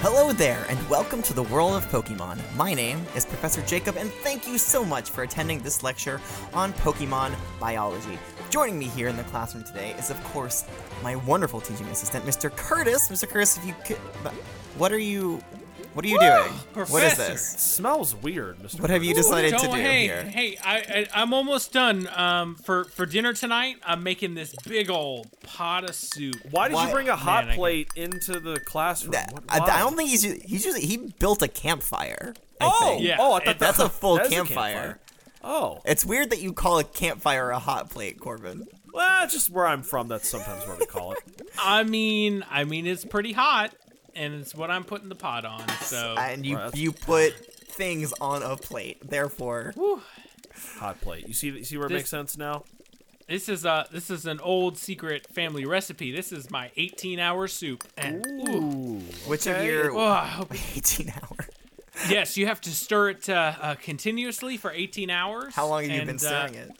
Hello there, and welcome to the world of Pokemon. My name is Professor Jacob, and thank you so much for attending this lecture on Pokemon biology. Joining me here in the classroom today is, of course, my wonderful teaching assistant, Mr. Curtis. Mr. Curtis, if you could. What are you. What are you doing? What is this? Smells weird, Mr. What have you decided to Don't- do hey, here? Hey, I, I I'm almost done. Um, for for dinner tonight, I'm making this big old pot of soup. Why did Why- you bring a hot Man, I- plate into the classroom? That- What- I, why? I don't think he's. He's usually. He built a campfire. I Oh, think. Yeah, oh, I it- thought That's a full that is campfire. Oh, It's weird that you call a campfire a hot plate, Corbin. well, it's just where I'm from. That's sometimes what we call it. I mean, I mean it's pretty hot, and it's what I'm putting the pot on. So and you Well, that's- you put things on a plate. Therefore, Hot plate. You see, you see where it This- makes sense now? this is a this is an old secret family recipe. This is my 18 hour soup. And, ooh, which of okay. your oh, I hope- 18 hour? yes, you have to stir it uh, uh, continuously for 18 hours. How long have you been and, stirring uh, it?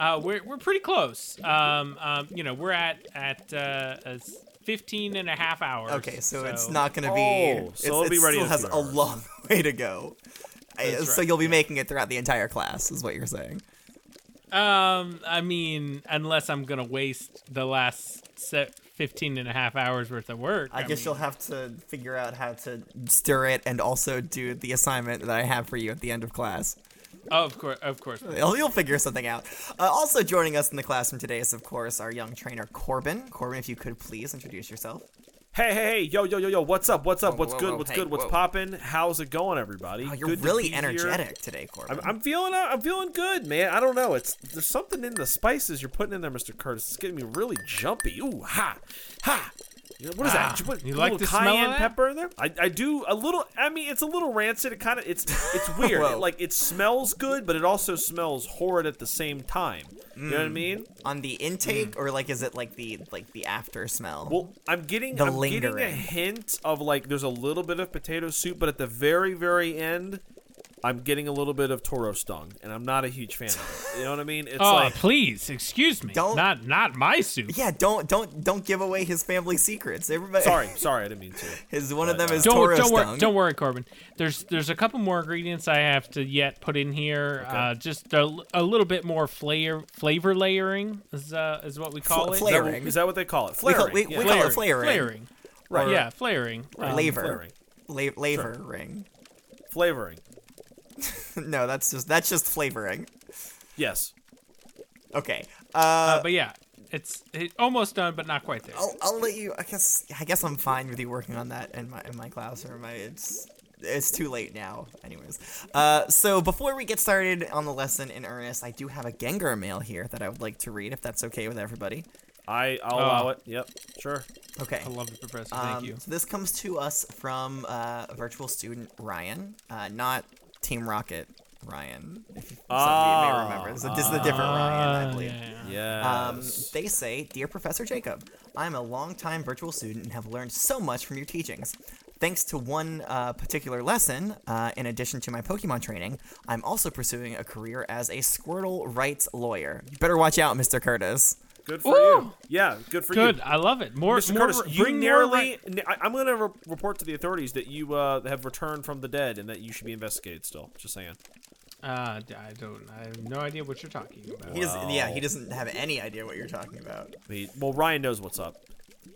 Uh, we're, we're pretty close. Um, um, you know, we're at at uh, uh, 15 and a half hours. Okay, so, it's not gonna be. Oh, it's, so it'll it be ready still in a has few a hours. long way to go. I- That's So right, you'll be making it throughout the entire class, is what you're saying. Um, I mean, unless I'm gonna waste the last set 15 and a half hours worth of work. I, guess mean, you'll have to figure out how to stir it and also do the assignment that I have for you at the end of class. Oh, of course, of course. You'll, you'll figure something out. Uh, also joining us in the classroom today is, of course, our young trainer Corbin. Corbin, if you could please introduce yourself. Hey, hey, hey, yo, yo, yo, yo! What's up? What's up? Whoa, what's whoa, good? whoa, what's hey, good? What's whoa. poppin'? How's it going, everybody? Oh, you're Good to be really here. energetic today, Corbin. I'm, I'm feeling, uh, I'm feeling good, man. I don't know. It's there's something in the spices you're putting in there, Mr. Curtis. It's getting me really jumpy. Ooh, ha, ha. You know, What is Ah, that? Did you put you a like little the smell of cayenne that? pepper in there? I, I do a little. I mean, it's a little rancid. It kind of it's it's weird. Whoa. It, like it smells good, but it also smells horrid at the same time. You know Mm. what I mean? on the intake, or like is it like the like the after smell? Mm. Well, I'm getting The I'm getting a lingering. hint of like there's a little bit of potato soup, but at the very very end, I'm getting a little bit of Toro stung, and I'm not a huge fan of it. You know what I mean? It's Oh, like please, excuse me. Don't- Not not my soup. yeah, don't don't don't give away his family secrets. Everybody, sorry, uh, sorry, I didn't mean to. his one of them is Don't, wor- Toro don't worry, Stung. don't worry, Corbin. There's there's a couple more ingredients I have to yet put in here. Uh, just a, l- a little bit more flavor flavor layering is uh, is what we call it. Is that, Flaring. what- is that what they call it? We Flaring. call, we, yeah. we call it Flaring, flavoring, flaring. Right. Yeah, flaring. Um, laver, flaring. La- lavering. Flavoring. no, that's just that's just flavoring. Yes. Okay, uh, but yeah, it's it, almost done, but not quite there. I'll, I'll let you. I guess I guess I'm fine with you working on that in my in my classroom. I, it's it's too late now. Anyways, uh, so before we get started on the lesson in earnest, I do have a Gengar mail here that I would like to read if that's okay with everybody. I I'll allow Oh. it. Yep. Sure. Okay. I love it, Professor. Thank Um, you. So this comes to us from uh, virtual student Ryan, uh, not Team Rocket Ryan. If some of you may Oh, Ah. remember. This is, this is a different Ryan, ah, Uh, I believe. Yeah. Um, they say, Dear Professor Jacob, I'm a longtime virtual student and have learned so much from your teachings. Thanks to one uh, particular lesson, uh, in addition to my Pokemon training, I'm also pursuing a career as a Squirtle rights lawyer. You better watch out, Mr. Curtis. good for you. Ooh. Yeah. Good for Good. you. I love it. More, Mr. more Curtis, bring you more nearly. right- ne- I- I'm going to re- report to the authorities that you uh, have returned from the dead and that you should be investigated still. Just saying. Uh, d- I don't. I have no idea what you're talking about. He doesn't, yeah, he doesn't have any idea what you're talking about. The- well, Ryan knows what's up.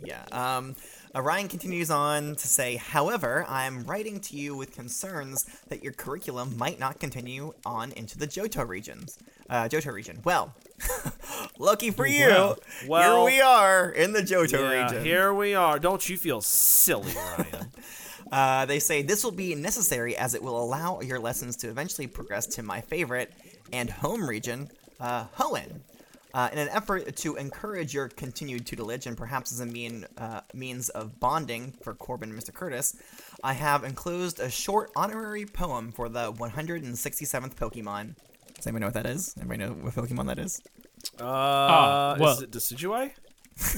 Yeah. Um, uh, Ryan continues on to say, however, I'm writing to you with concerns that your curriculum might not continue on into the Johto regions. Uh, Johto region. Well, lucky for you, Well, well. here we are in the Johto Yeah, region. here we are. Don't you feel silly, Ryan? Uh, they say this will be necessary as it will allow your lessons to eventually progress to my favorite and home region, uh, Hoenn. Uh, in an effort to encourage your continued tutelage and perhaps as a mean, uh, means of bonding for Corbin and Mr. Curtis, I have enclosed a short honorary poem for the 167th Pokemon. Does anybody know what that is? Anybody know what Pokemon that is? uh, Ah, well- is it Decidueye?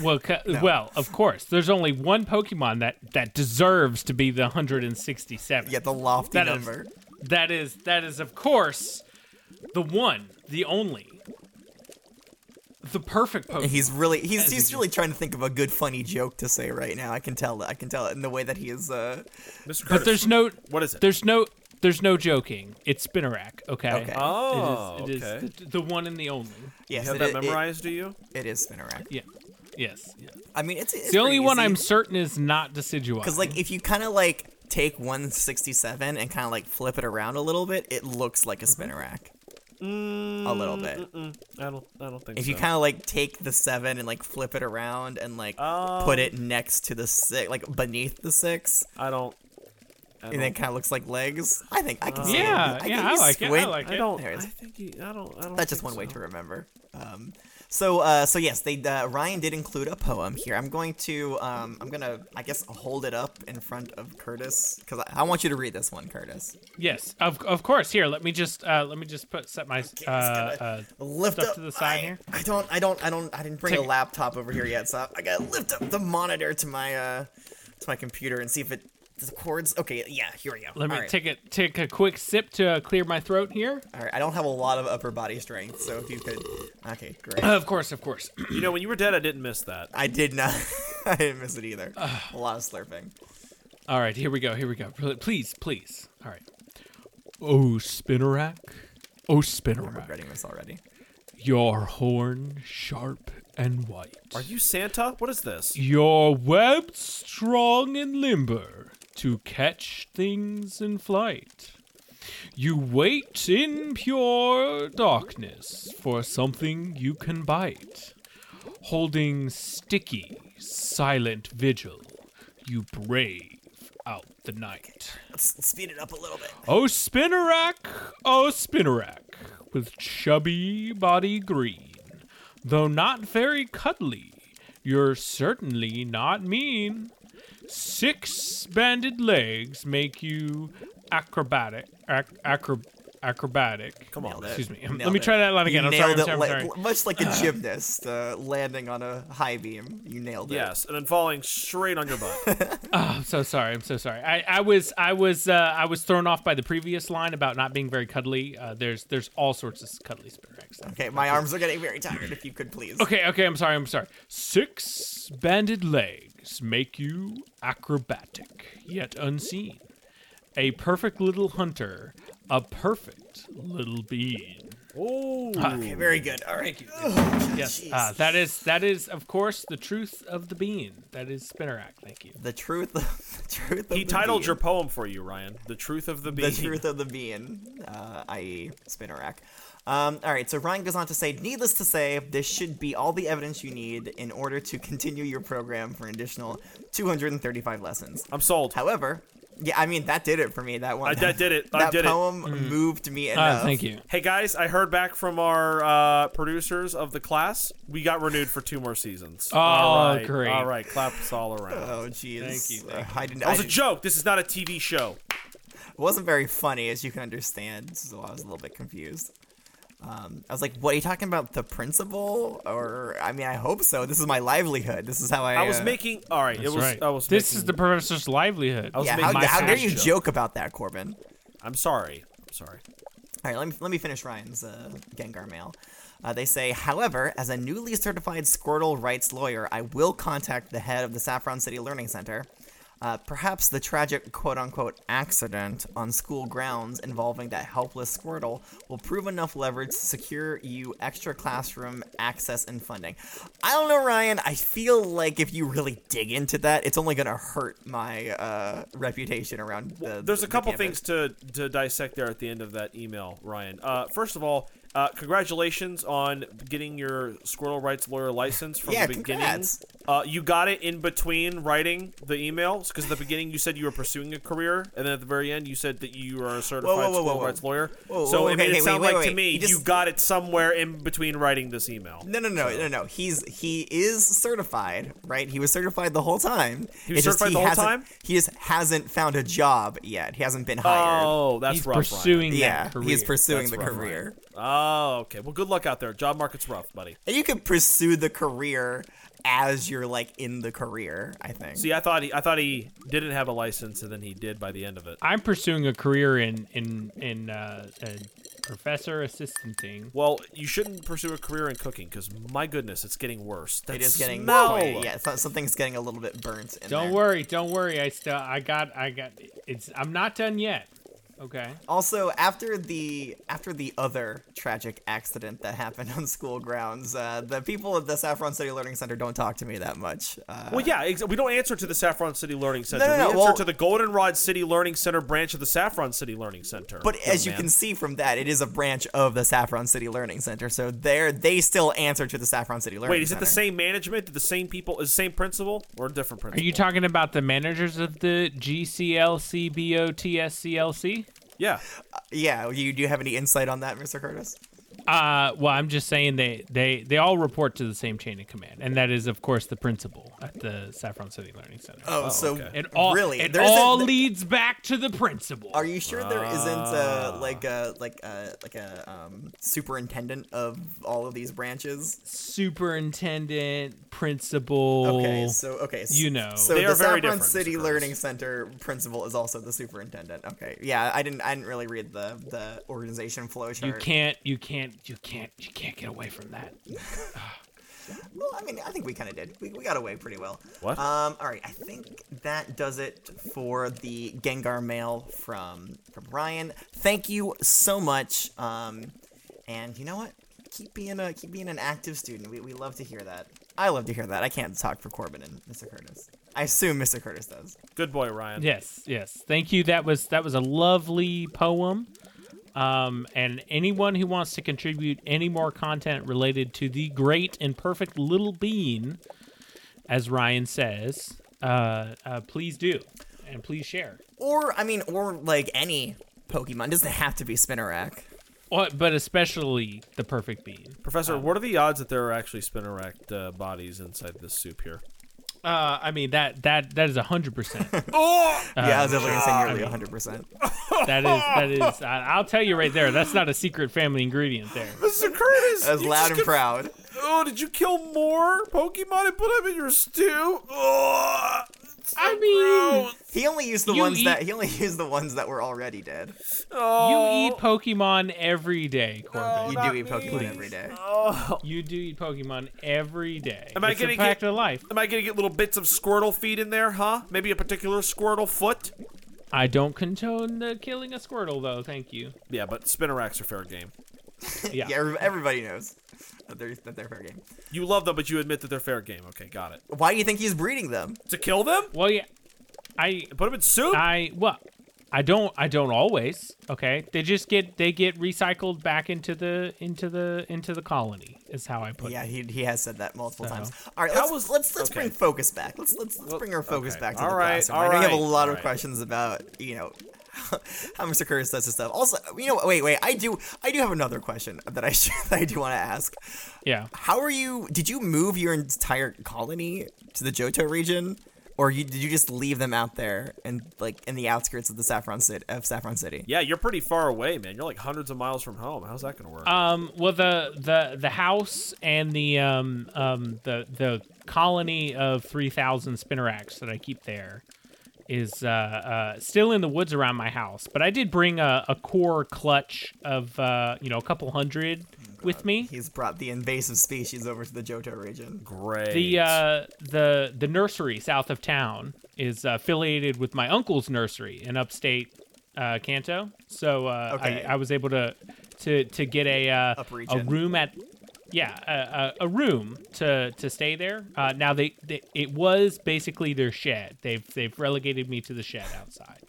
Well, ca- well, of course. There's only one Pokemon that that deserves to be the 167. Yeah, the lofty That is- number. that is that is of course the one, the only, the perfect poke. He's really he's he's really trying to think of a good funny joke to say right now. I can tell I can tell it in the way that he is uh Mr. Curtis, But there's no what is it? there's no there's no joking. It's Spinnerack. Okay. Okay. Oh, it is, it is okay. the, the one and the only. you yes, have it, that it- memorized, do you? it is Spinnerack. Yeah. Yes. I mean, it's, it's The only one I'm certain is not Decidueye. because like if you kind of like take 167 and kind of like flip it around a little bit, it looks Mm-hmm. like a Spinnerack. A little bit. Mm, I don't. I don't think If Mm-hmm, so. you kind of like take the seven and like flip it around and like Oh. put it next to the six, like beneath the six, I don't. I and don't. then kind of looks like legs. I think I can see yeah, it. yeah, can I you like it. I squint. like I it. don't. There I it is. think you, I don't. I don't. That's just think one way so. to remember. Um, so, uh, so yes, they uh, Ryan did include a poem here. I'm going to, um, I'm gonna, I guess, hold it up in front of Curtis because I, I want you to read this one, Curtis. Yes, of of course. Here, let me just uh, let me just put set my uh, uh, Lift Stuff up to the side my- here? I don't, I don't, I don't, I didn't bring a Take- laptop over here yet, so I, I gotta lift up the monitor to my, uh, to my computer and see if it the cords. Okay, yeah, here we go. let me All right. take it take a quick sip to uh, clear my throat here. All right, I don't have a lot of upper body strength, so if you could, okay, great. Of course, of course. You know, when you were dead, I didn't miss that. I did not. I didn't miss it either. a lot of slurping. All right, here we go. Here we go. Pl- Please, please. All right. Oh, Spinnerack. Oh, Spinnerack. Regretting this already. Your horn sharp and white. Are you Santa? What is this? Your web strong and limber to catch things in flight. You wait in pure darkness for something you can bite. Holding sticky, silent vigil, you brave out the night. Let's, let's speed it up a little bit. Oh, Spinnerack, oh, Spinnerack, with chubby body green. Though not very cuddly, you're certainly not mean. Six banded legs make you acrobatic. Ac- acro- acrobatic. Come on, it. Excuse me. Nailed Let me it. try that line again. You I'm sorry. nailed I'm sorry. I'm it, sorry. like- much like a gymnast uh, landing on a high beam. You nailed it. Yes, and then falling straight on your butt. I'm so sorry. I'm so sorry. I, I was I was uh, I was thrown off by the previous line about not being very cuddly. Uh, there's there's all sorts of cuddly Spinneracks. Okay, my arms are getting very tired. If you could please. Okay, okay, I'm sorry, I'm sorry. Six banded legs make you acrobatic, yet unseen. A perfect little hunter, a perfect little being. Oh, Okay, very good. All right. Oh, Yes, uh, that is that is of course the truth of the bean. That is Spinnerack. Thank you. The truth. Of, the truth. Of he the titled bean. your poem for you, Ryan. The truth of the bee. The truth of the bean, uh, i.e., Spinnerack. Um, all right, so Ryan goes on to say, needless to say, this should be all the evidence you need in order to continue your program for an additional 235 lessons. I'm sold. However, yeah, I mean that did it for me. That one. I- that did it. I That did it. poem moved me enough. Uh, thank you. Hey guys, I heard back from our uh, producers of the class. We got renewed for two more seasons. Oh, great. All right, claps all around. Oh jeez. Thank you, Uh, I didn't. That was I a joke. This is not a TV show. It wasn't very funny, as you can understand. So I was a little bit confused. Um, I was like, "What are you talking about? The principal?" Or I mean, I hope so. This is my livelihood. This is how I. I was uh, making. All right, it That's was. right. I was. this making- is the professor's livelihood. was Yeah. making How, my how dare side you joke. joke about that, Corbin? I'm sorry. I'm sorry. All right, let me, let me finish Ryan's uh, Gengar mail. Uh, they say, however, as a newly certified Squirtle rights lawyer, I will contact the head of the Saffron City Learning Center. Uh, perhaps the tragic quote unquote accident on school grounds involving that helpless Squirtle will prove enough leverage to secure you extra classroom access and funding. I don't know, Ryan. I feel like if you really dig into that, it's only going to hurt my uh, reputation around the. There's a the couple campus. things to to dissect there at the end of that email, Ryan. Uh, first of all, uh, congratulations on getting your Squirtle Rights lawyer license from Yeah, the beginning. congrats. Uh, you got it in between writing the emails because at the beginning you said you were pursuing a career, and then at the very end you said that you are a certified whoa, whoa, Squirrel whoa. rights lawyer. Whoa, so whoa, it made okay, it okay, sound wait, wait, like to wait. me You just- you got it somewhere in between writing this email. No, no, no, no, no. He's he is certified, right? He was certified the whole time. He was It's just certified the whole hasn't- time? He just hasn't found a job yet. He hasn't been hired. Oh, that's He's rough. Ryan. pursuing yeah, that career. he's pursuing That's the rough, Ryan. career, Oh, okay. Well, good luck out there. Job market's rough, buddy. and you can pursue the career as you're like in the career. I think. See, I thought he, I thought he didn't have a license, and then he did by the end of it. I'm pursuing a career in in in, uh, in professor assistanting. Well, you shouldn't pursue a career in cooking because my goodness, it's getting worse. That It is getting smell. yeah, it's not, something's getting a little bit burnt. In Don't there. worry, don't worry. I still, I got, I got. It's, I'm not done yet. Okay. Also, after the after the other tragic accident that happened on school grounds, uh, the people at the Saffron City Learning Center don't talk to me that much. Uh, Well, yeah, ex- we don't answer to the Saffron City Learning Center. no, no, we answer well- to the Goldenrod City Learning Center branch of the Saffron City Learning Center. but young as you Oh, man. can see from that, it is a branch of the Saffron City Learning Center, so there they still answer to the Saffron City Learning. wait, is it the Center. same management? Do the same people? Is the same principal or a different Are principal? you talking about the managers of the GCLCBOTSCLC? yeah, Yeah, you do you have any insight on that, Mr. Curtis? Uh, well, I'm just saying they, they, they all report to the same chain of command, and that is, of course, the principal at the Saffron City Learning Center. Oh, so okay. it all really, it there isn't- all leads back to the principal. Are you sure there isn't Ah. uh, like a like a like a um, superintendent of all of these branches? Superintendent, principal. Okay, so okay, s- you know. so They the are very Saffron different, Mr. City Curtis. Learning Center principal is also the superintendent. Okay, yeah, I didn't I didn't really read the the organization flow chart. you can't, you can't, you can't, you can't get away from that. Well, I mean, I think we kind of did. We, we got away pretty well. What? Um. All right. I think that does it for the Gengar mail from from Ryan. Thank you so much. Um, and you know what? Keep being a keep being an active student. We, we love to hear that. I love to hear that. I can't talk for Corbin and Mr. Curtis. I assume Mr. Curtis does. good boy, Ryan. Yes, yes. Thank you. That was that was a lovely poem. Um, and anyone who wants to contribute any more content related to the great and perfect little bean, as Ryan says, uh, uh, please do, and please share. Or I mean, or like any Pokemon. It doesn't have to be Uh, Spinarak. Or- But especially the perfect bean. Professor, Um, what are the odds that there are actually spinnerack uh, bodies inside this soup here? Uh, I mean that that that is hundred percent. yeah, I was definitely gonna say nearly 100. percent That is that is. I I'll tell you right there. That's not a secret family ingredient there. Mr. Curtis, That was you loud just and proud. Oh, did you kill more Pokemon and put them in your stew? Oh, it's so I mean, gross. He only used the You ones eat- that he only used the ones that were already dead. Oh, You eat Pokemon every day, Corbin. You Not do eat me. Pokemon every day. Oh. You do eat Pokemon every day. Am I it's gonna a fact get- of life. Am I gonna get little bits of Squirtle feed in there, huh? Maybe a particular Squirtle foot? I don't condone the killing a Squirtle, though. Thank you. Yeah, but Spinneracks are fair game. Yeah. Yeah, every- everybody knows that they're, that they're fair game. You love them, but you admit that they're fair game. Okay, got it. Why do you think he's breeding them? To kill them? Well, yeah. I Put them in soup? I well, I don't I don't always. Okay, they just get they get recycled back into the into the into the colony. Is how I put Yeah, it. he, he has said that multiple So- times. All right, That let's was- let's, let's okay. bring focus back. Let's let's, let's bring our focus okay. back to All the right, classroom. all I know you have a right, lot all of right. questions about you know how Mr. Curtis does his stuff. Also, you know, wait, wait, I do I do have another question that I should, that I do want to ask. Yeah. How are you? Did you move your entire colony to the Johto region, or you, did you just leave them out there and like in the outskirts of the Saffron City of Saffron City? Yeah, you're pretty far away, man. You're like hundreds of miles from home. How's that gonna work? Um. Well, the the the house and the um um the the colony of three thousand spinneracks that I keep there is uh, uh still in the woods around my house. But I did bring a, a core clutch of uh you know a couple hundred with me. He's brought the invasive species over to the Johto region. Great. The uh the the nursery south of town is affiliated with my uncle's nursery in upstate uh Kanto. So uh Okay. I, I was able to to to get a uh, Up a region. room at yeah, a, a, a room to to stay there. Uh now they, they it was basically their shed. They've they've relegated me to the shed outside.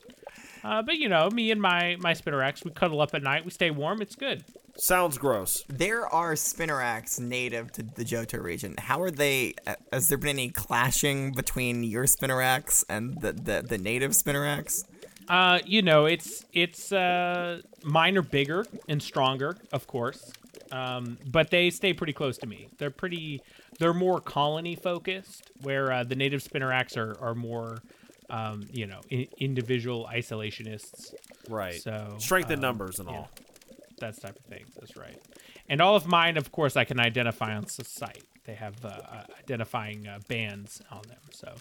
Uh, but you know, me and my my spinneracks, we cuddle up at night, we stay warm. It's good. Sounds gross. There are Spinneracks native to the Johto region. How are they? uh, Has there been any clashing between your Spinneracks and the, the, the native Spinneracks? Uh, you know, it's it's uh, mine are bigger and stronger, of course, um, but they stay pretty close to me. They're pretty, they're more colony focused, where uh, the native spinneracks are are more, um, you know, I- individual isolationists, Right. So, strength in um, numbers and yeah. all. that type of thing. That's right. And all of mine, of course, I can identify on s- site. They have uh, uh, identifying uh, bands on them, so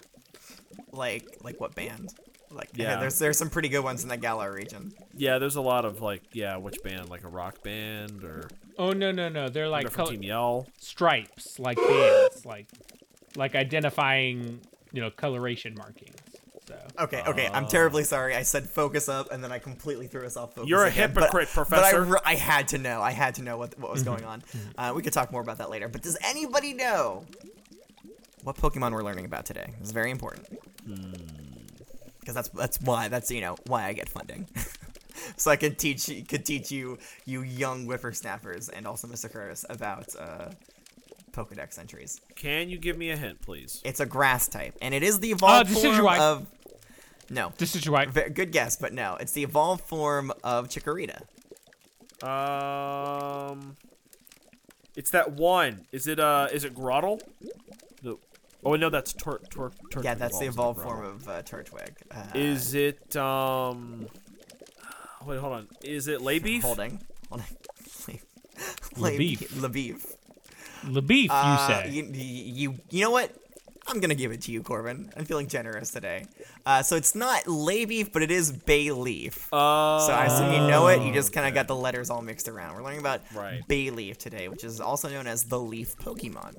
Like like what band? Like Yeah. there's there's some pretty good ones in the Galar region. Yeah, there's a lot of like, yeah, which band? Like a rock band or Oh no no no! They're they're like from col- Team Yell. stripes, like bands, like like identifying, you know, coloration markings. So Okay, okay. Oh. I'm terribly sorry. I said focus up, and then I completely threw us off focus. You're a again, but- hypocrite, But I Professor. Mm-hmm. re- I, had to know. I had to know what what was going on. Uh, we could talk more about that later. But does anybody know what Pokemon we're learning about today? It's very important. Hmm. Because that's that's why that's you know why I get funding. so I could teach could teach you you young whippersnappers and also Mr. Curtis about uh, Pokedex entries. Can you give me a hint, please? It's a grass type, and it is the evolved decidueye. form of. No, this is why Ve- Good guess, but no. It's the evolved form of Chikorita. Um, it's that one. Is it uh? Is it Grottle? The oh no, that's Tur Tur Tur. Yeah, that's the Turtwig's evolved not form Grottle. of uh, Turtwig. Uh, Is it um? Wait, hold on. Is it Laybeef? holding. Holding. Labeef. Labeef. Labeef, you Uh, say. you, you, you know what? I'm gonna give it to you, Corbin. I'm feeling generous today. Uh, so it's not Labeef, but it is bay leaf. Uh, so I assume you know it. You just kind of got the letters all mixed around. We're learning about Oh, Right. bay leaf today, which is also known as the leaf Pokemon.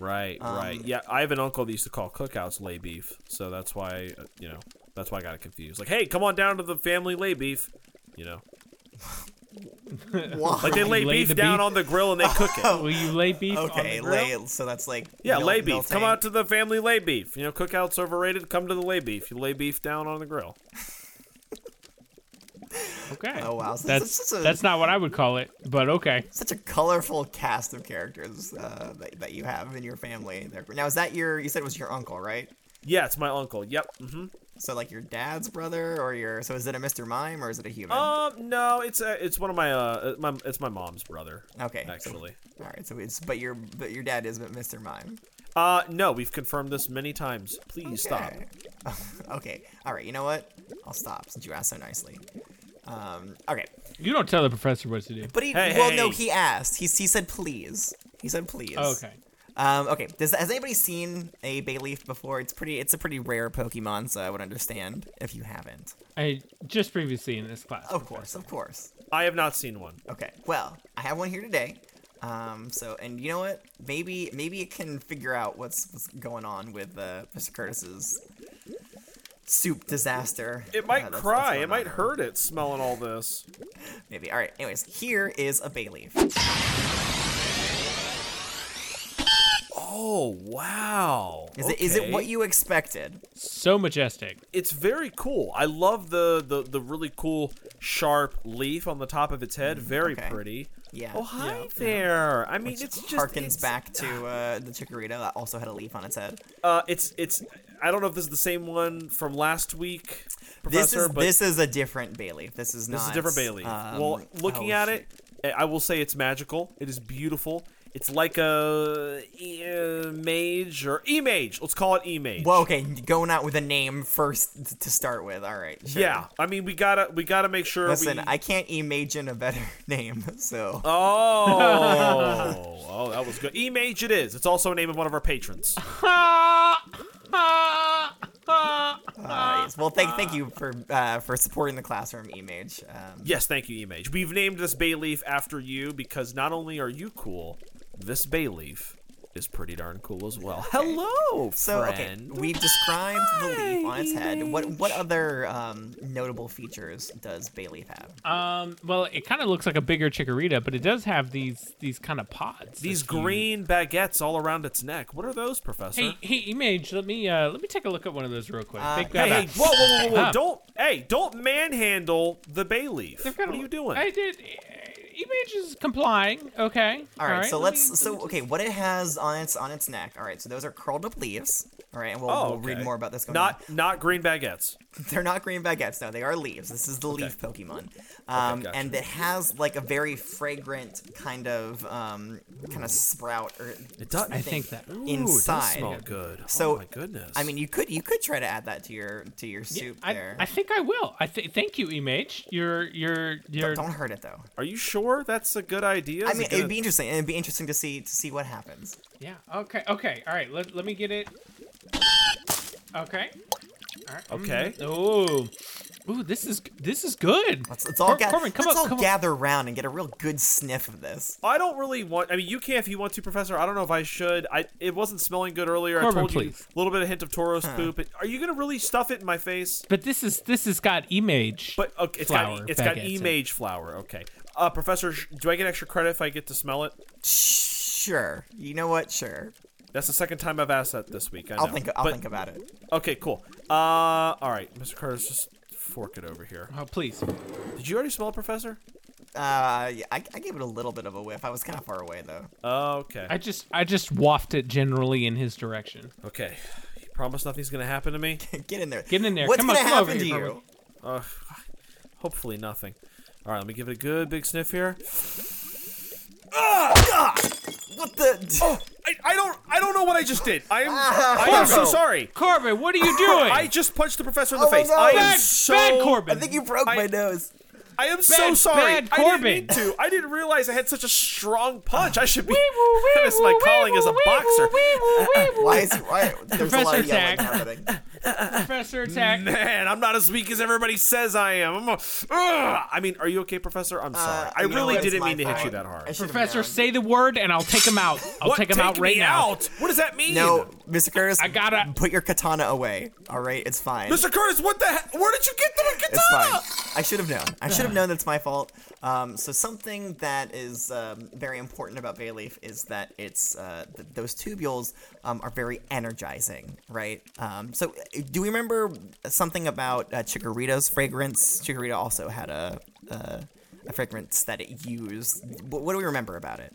Right, Um, right. Yeah, I have an uncle that used to call cookouts lay beef, so that's why uh, you know that's why I got it confused. Like, hey, come on down to the family lay beef, you know, Why? like they lay, Lay beef the down beef? on the grill and they cook Oh, it. Will you lay beef? on okay, the grill? lay. So that's like Yeah, mil- lay beef. Come miltang. out to the family lay beef. You know, cookouts overrated. Come to the lay beef. You lay beef down on the grill. Okay. Oh, wow. So That's that's such a- that's not what I would call it, but okay. such a colorful cast of characters uh, that, that you have in your family. there. Now, is that your? You said it was your uncle, right? Yeah, it's my uncle. Yep. hmm So, like your dad's brother, or your? So, is it a Mr. Mime, or is it a human? Um, no, it's uh, it's one of my uh, my it's my mom's brother. okay. Actually, All right. So it's but your but your dad is Mr. Mime. uh, no, we've confirmed this many times. Please stop. Okay. okay. All right. You know what? I'll stop since you asked so nicely. Um. Okay. You don't tell the professor what to do. But he. Hey, well, no. hey. He asked. He he said please. He said please. Okay. Um, okay. Does, has anybody seen a bay leaf before? It's pretty. It's a pretty rare Pokemon, so I would understand if you haven't. I just previously in this class. Of course, of course. I have not seen one. Okay. Well, I have one here today. Um, so, and you know what? Maybe, maybe it can figure out what's, what's going on with uh, Mr. Curtis's soup disaster. It Uh, might that's- that's cry. going It might on. hurt it smelling all this. Maybe. All right. Anyways, here is a bay leaf. Oh wow! Is it is it what you expected? So majestic. It's very cool. I love the the the really cool sharp leaf on the top of its head. Very Mm, okay. pretty. Yeah, Oh hi yeah, yeah. there. I mean, it's just Harkens it's, back to uh, the Chikorita that also had a leaf on its head. Uh, it's it's. I don't know if this is the same one from last week, This Professor. is but this is a different bay leaf. This is not this is a different Bailey. um, well, looking oh, at shoot. it, eh, I I will say it's magical. It is beautiful. It's like a e- uh, mage or e mage. Let's call it e mage. Well, okay, going out with a name first t- to start with. All right. sure. Yeah, I mean we gotta we gotta make sure. Listen, we... I can't imagine a better name, so Oh, oh, that was good. E mage it is. It's also a name of one of our patrons. uh, yes. well, thank thank you for uh, for supporting the classroom image. Um, Yes, thank you, E mage. We've named this bay leaf after you because not only are you cool, this bay leaf is pretty darn cool as well. Hello, so okay, friend. we've described the leaf on its head. What what other um, notable features does bay leaf have? Um, well, it kind of looks like a bigger chikorita, but it does have these these kind of pods. These that you- green baguettes all around its neck. What are those, Professor? Hey, hey, Image, let me uh let me take a look at one of those real quick. Uh, Pick that Hey, hey, up. whoa, whoa, whoa, whoa, whoa! Up. Don't, hey, don't manhandle the bay leaf. What are you doing? I did. eh, Image is complying. Okay. all right, so let let's me- so okay, what it has on its on its neck. All right, so those are curled up leaves. All right, and we'll, oh, we'll read okay. more about this. Going on. Not, not green baguettes. They're not green baguettes, no. They are leaves. This is the leaf Pokemon, um, gotcha. and it has like a very fragrant kind of um, kind of sprout or It does. I think that. Ooh, inside. It does smell good. So, oh my goodness. I mean, you could you could try to add that to your to your soup I, there. I think I will. I th- thank you, Image. You're you're you're. Don't hurt it though. are you sure that's a good idea? I Is it mean, gonna- it'd be interesting. It'd be interesting to see to see what happens. Yeah. Okay. Okay. All right. Let, let me get it. Okay. Okay. Oh, ooh, this is this is good. Let's, let's all, Cor- ga- Corbin, come let's up, all come up. gather round and get a real good sniff of this. I don't really want. I mean, you can if you want to, Professor. I don't know if I should. I it wasn't smelling good earlier. I Corbin, told please. you a little bit of hint of Toro's poop. Are you gonna really stuff it in my face? But this is this has got image. But okay, it's flour got e, it's back got at it. image flour. Okay, uh, Professor, sh- do I get extra credit if I get to smell it? Sure. You know what? Sure. That's the second time I've asked that this week. I I'll know. think. I'll But- think about it. Okay, cool. Uh, all right, Mr. Curtis, just fork it over here. Oh, please. Did you already smell it, Professor? Uh, yeah, I, I gave it a little bit of a whiff. I was kind of far away though. Okay. I just I just waft it generally in his direction. okay. You promise nothing's gonna happen to me. Get in there. Get in there. What's Come on, gonna come over happen to here, you? Corbin. Ugh, hopefully nothing. All right, let me give it a good big sniff here. What the? Oh, I, I don't I don't know what I just did. I am Ah, I am so Corbin. sorry. Corbin, what are you doing? I just punched the professor in Oh the my face. God. I am bad, so bad Corbin. I think you broke I- my nose. I am so Bad- sorry. bad I didn't mean Corbin. to. I didn't realize I had such a strong punch. I should be. Wee-woo, wee-woo, That's my calling as a wee-woo, boxer. wee-woo, wee-woo. Why is why? There's a lot Professor of yelling Zack. happening. Uh, Professor attack. Man, I'm not as weak as everybody says I am. I'm a, Ugh. I mean, are you okay, Professor? I'm sorry. I Uh, you know really what? It's didn't my mean to hit you fault. that I hard. should've Professor, known. say the word and I'll take him out. I'll What? take him out right me now. out? What does that mean? No, Mr. Curtis. I gotta- put your katana away. All right, it's fine. Mr. Curtis, what the? He- Where did you get the It's katana? fine. I should have known. I should have known that's my fault. Um, so something that is um, very important about bay leaf is that it's uh, th- those tubules um, are very energizing, right? Um, so uh, do we remember something about uh, chikorita's fragrance? Chikorita also had a, a a fragrance that it used. What, what do we remember about it?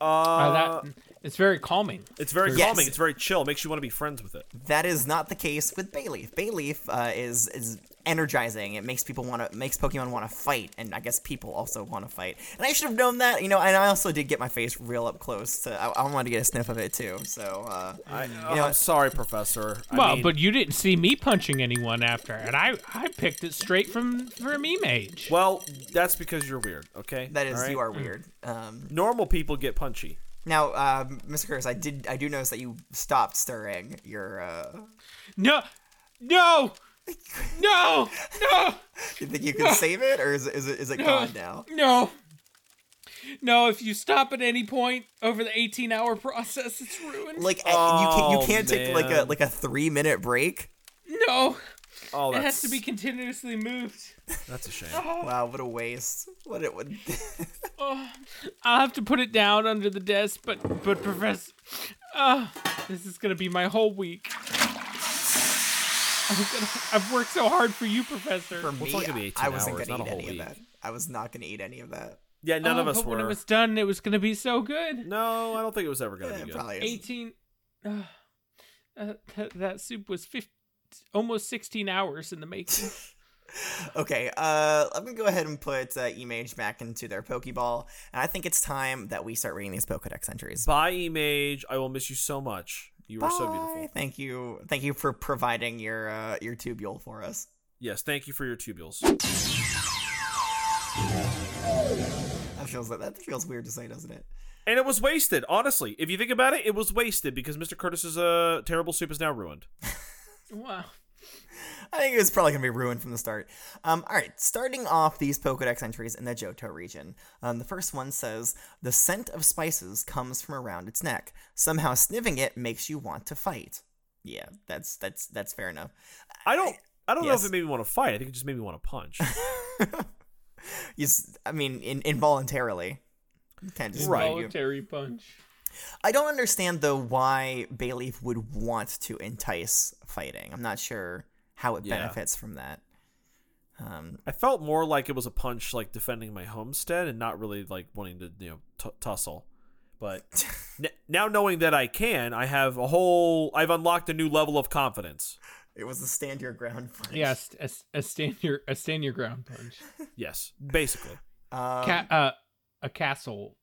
Uh, that, it's very calming. It's very Yes. calming. It's very chill. Makes you want to be friends with it. That is not the case with bay leaf. Bay leaf uh, is is energizing. It makes people want to makes Pokemon want to fight, and I guess people also want to fight. And I should have known that, you know. And I also did get my face real up close to. I, I wanted to get a sniff of it too. So uh, I, you know, am sorry, Professor. I Well, mean- but you didn't see me punching anyone after, and I I picked it straight from from Image. well, that's because you're weird. Okay. that is All right? you are weird. Um, Normal people get punchy. now, uh, Mr. Curtis, I did I do notice that you stopped stirring your. Uh, No, no, no, no, you think you can save it, or is it, is it, is it gone now? no, no. If you stop at any point over the eighteen hour process, it's ruined. Like uh, you can't Oh, you can't take like a man. like a three minute break. no, Oh, it that's, has to be Oh, continuously moved. That's a shame. Wow, what a waste! What it would. I'll have to put it down under the desk, but but Professor, uh, this is gonna be my whole week. I'm gonna, I've worked so hard for you, Professor. for Well, me, it's only gonna be 18 I wasn't hours, gonna not a eat any whole of that. week. I was not gonna eat any of that. Yeah, none of Oh, us but were. When it was done, it was gonna be so good. No, I don't think it was ever gonna Eh, be good. probably isn't. Eighteen. Uh, uh, that, that soup was 15, almost sixteen hours in the making. Okay, uh, I'm gonna go ahead and put uh, Image back into their Pokeball, and I think it's time that we start reading these Pokedex entries. Bye, Image. I will miss you so much. You were so beautiful. Bye. Thank you, thank you for providing your uh, your tubule for us. Yes, thank you for your tubules. That feels that feels weird to say, doesn't it? And it was wasted, honestly. If you think about it, it was wasted because Mr. Curtis's uh, terrible soup is now ruined. wow. I think it was probably going to be ruined from the start. Um, all right, starting off these Pokedex entries in the Johto region. Um, the first one says The scent of spices comes from around its neck. Somehow sniffing it makes you want to fight. Yeah, that's that's that's fair enough. I don't I don't know Yes. if it made me want to fight. I think it just made me want to punch. You, s- I mean, in, involuntarily. You Can't just Right. You. Voluntary punch. I don't understand though why Bayleaf would want to entice fighting. I'm not sure how it Yeah. benefits from that. Um, I felt more like it was a punch like defending my homestead and not really like wanting to, you know, t- tussle. But n- now knowing that I can, I have a whole I've unlocked a new level of confidence. It was a stand your ground. punch. Yes, a, a stand your a stand your ground punch. Yes, basically. Um, Ca- uh, a castle.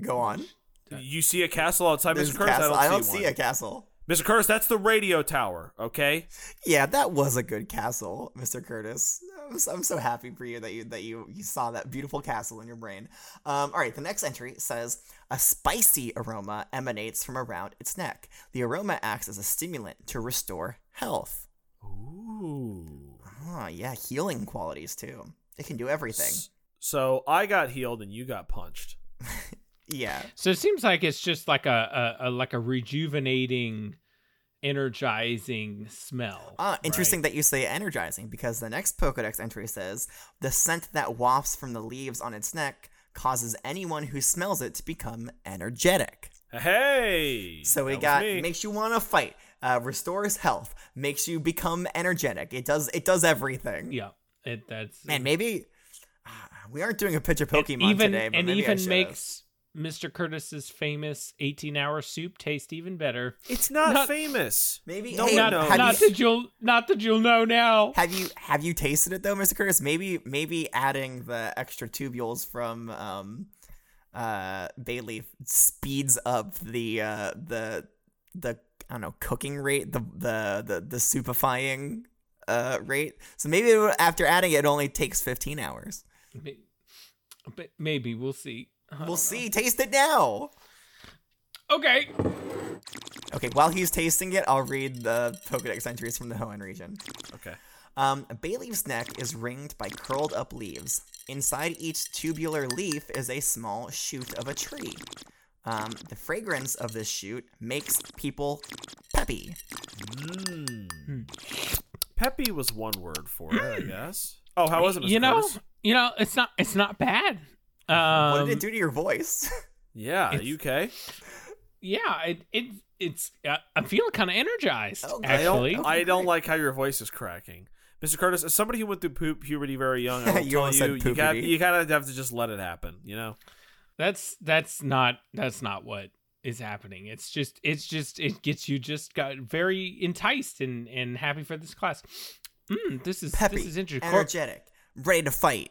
go on. You see a castle outside There's Mr. a Curtis? castle. I don't see, see one. a castle. Mr. Curtis, that's the radio tower, okay? Yeah, that was a good castle, Mr. Curtis. I'm so, I'm so happy for you that you that you you saw that beautiful castle in your brain. Um, all right, the next entry says a spicy aroma emanates from around its neck. The aroma acts as a stimulant to restore health. Ooh. Ah, yeah, healing qualities too. It can do everything. S- So I got healed and you got punched. Yeah. So it seems like it's just like a, a, a like a rejuvenating, energizing smell. Ah, interesting right? that you say energizing because the next Pokedex entry says the scent that wafts from the leaves on its neck causes anyone who smells it to become energetic. Hey. So we that was got me. makes you want to fight, uh, restores health, makes you become energetic. It does it does everything. Yeah, it that's And maybe ah, we aren't doing a picture it Pokemon even today, but and maybe I even should makes Mr. Curtis's famous 18-hour soup taste even better. It's not, Not- famous. Maybe- no hey, one not Oh, no. knows. have not you- that you'll not that you'll know now. Have you have you tasted it though, Mr. Curtis? Maybe maybe adding the extra tubules from um uh Bayleaf speeds up the uh the the I don't know cooking rate, the the the, the supifying uh rate. So maybe it would- after adding it, it only takes 15 hours. May- But maybe we'll see. I don't know. We'll see. Taste it now. Okay. Okay, while he's tasting it, I'll read the Pokedex entries from the Hoenn region. Okay. Um, a bay leaf's neck is ringed by curled up leaves. Inside each tubular leaf is a small shoot of a tree. Um, the fragrance of this shoot makes people peppy. Hmm. Peppy Mm. was one word for it, I Hmm. guess. Oh, how was it? Mr. You know, Curtis? you know, it's not it's not bad. Um, What did it do to your voice? Yeah. It's- You okay? Yeah, it, it it's uh, I'm feeling kind of energized Oh, I don't- actually. I don't, I don't like how your voice is cracking. Mr. Curtis, as somebody who went through pu- puberty very young, I will You tell almost said you, you, got, puberty. you kind of have to just let it happen, you know? That's that's not that's not what is happening. It's just it's just it gets you just got very enticed and and happy for this class. Mm, this is Peppy, this is interesting. Cor- energetic, ready to fight.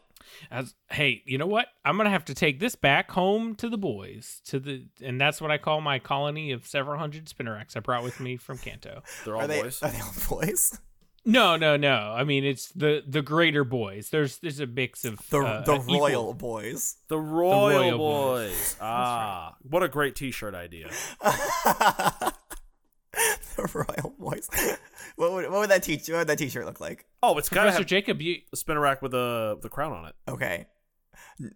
as- hey, you know what? I'm gonna have to take this back home to the boys to the and that's what I call my colony of several hundred spinneracks I brought with me from Kanto. They're all Are they, boys. are they all Uh, boys? No, no, no. I mean it's the the greater boys. There's there's a mix of The, uh, the equal- royal boys. the Royal, Royal Boys. Boys. Ah, what a great t shirt idea. the royal boys. What would, what would that teach? What would that T-shirt look like? Oh, it's got to Professor have Jacob, you a spinner rack with a, with a crown on it. Okay.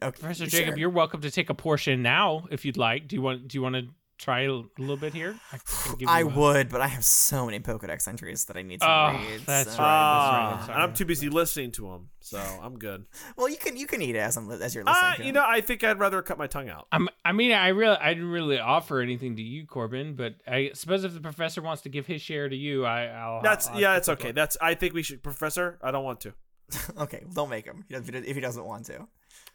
okay Professor sure. Jacob, you're welcome to take a portion now if you'd like. Do you want do you want to try a l- little bit here? I, can give I you a- would, but I have so many Pokedex entries that I need to Oh, read. that's so- right. Ah, that's and I'm right. too busy listening to them, so I'm good. Well, you can you can eat it as I'm li- as Uh, you're listening. Ah, to you it. know, I think I'd rather cut my tongue out. I'm, I mean, I really, I didn't really offer anything to you, Corbin, but I suppose if the professor wants to give his share to you, I, I'll. That's I'll- yeah, it's okay. That's I think we should, Professor. I don't want to. Okay, well, don't make him if he does- if he doesn't want to.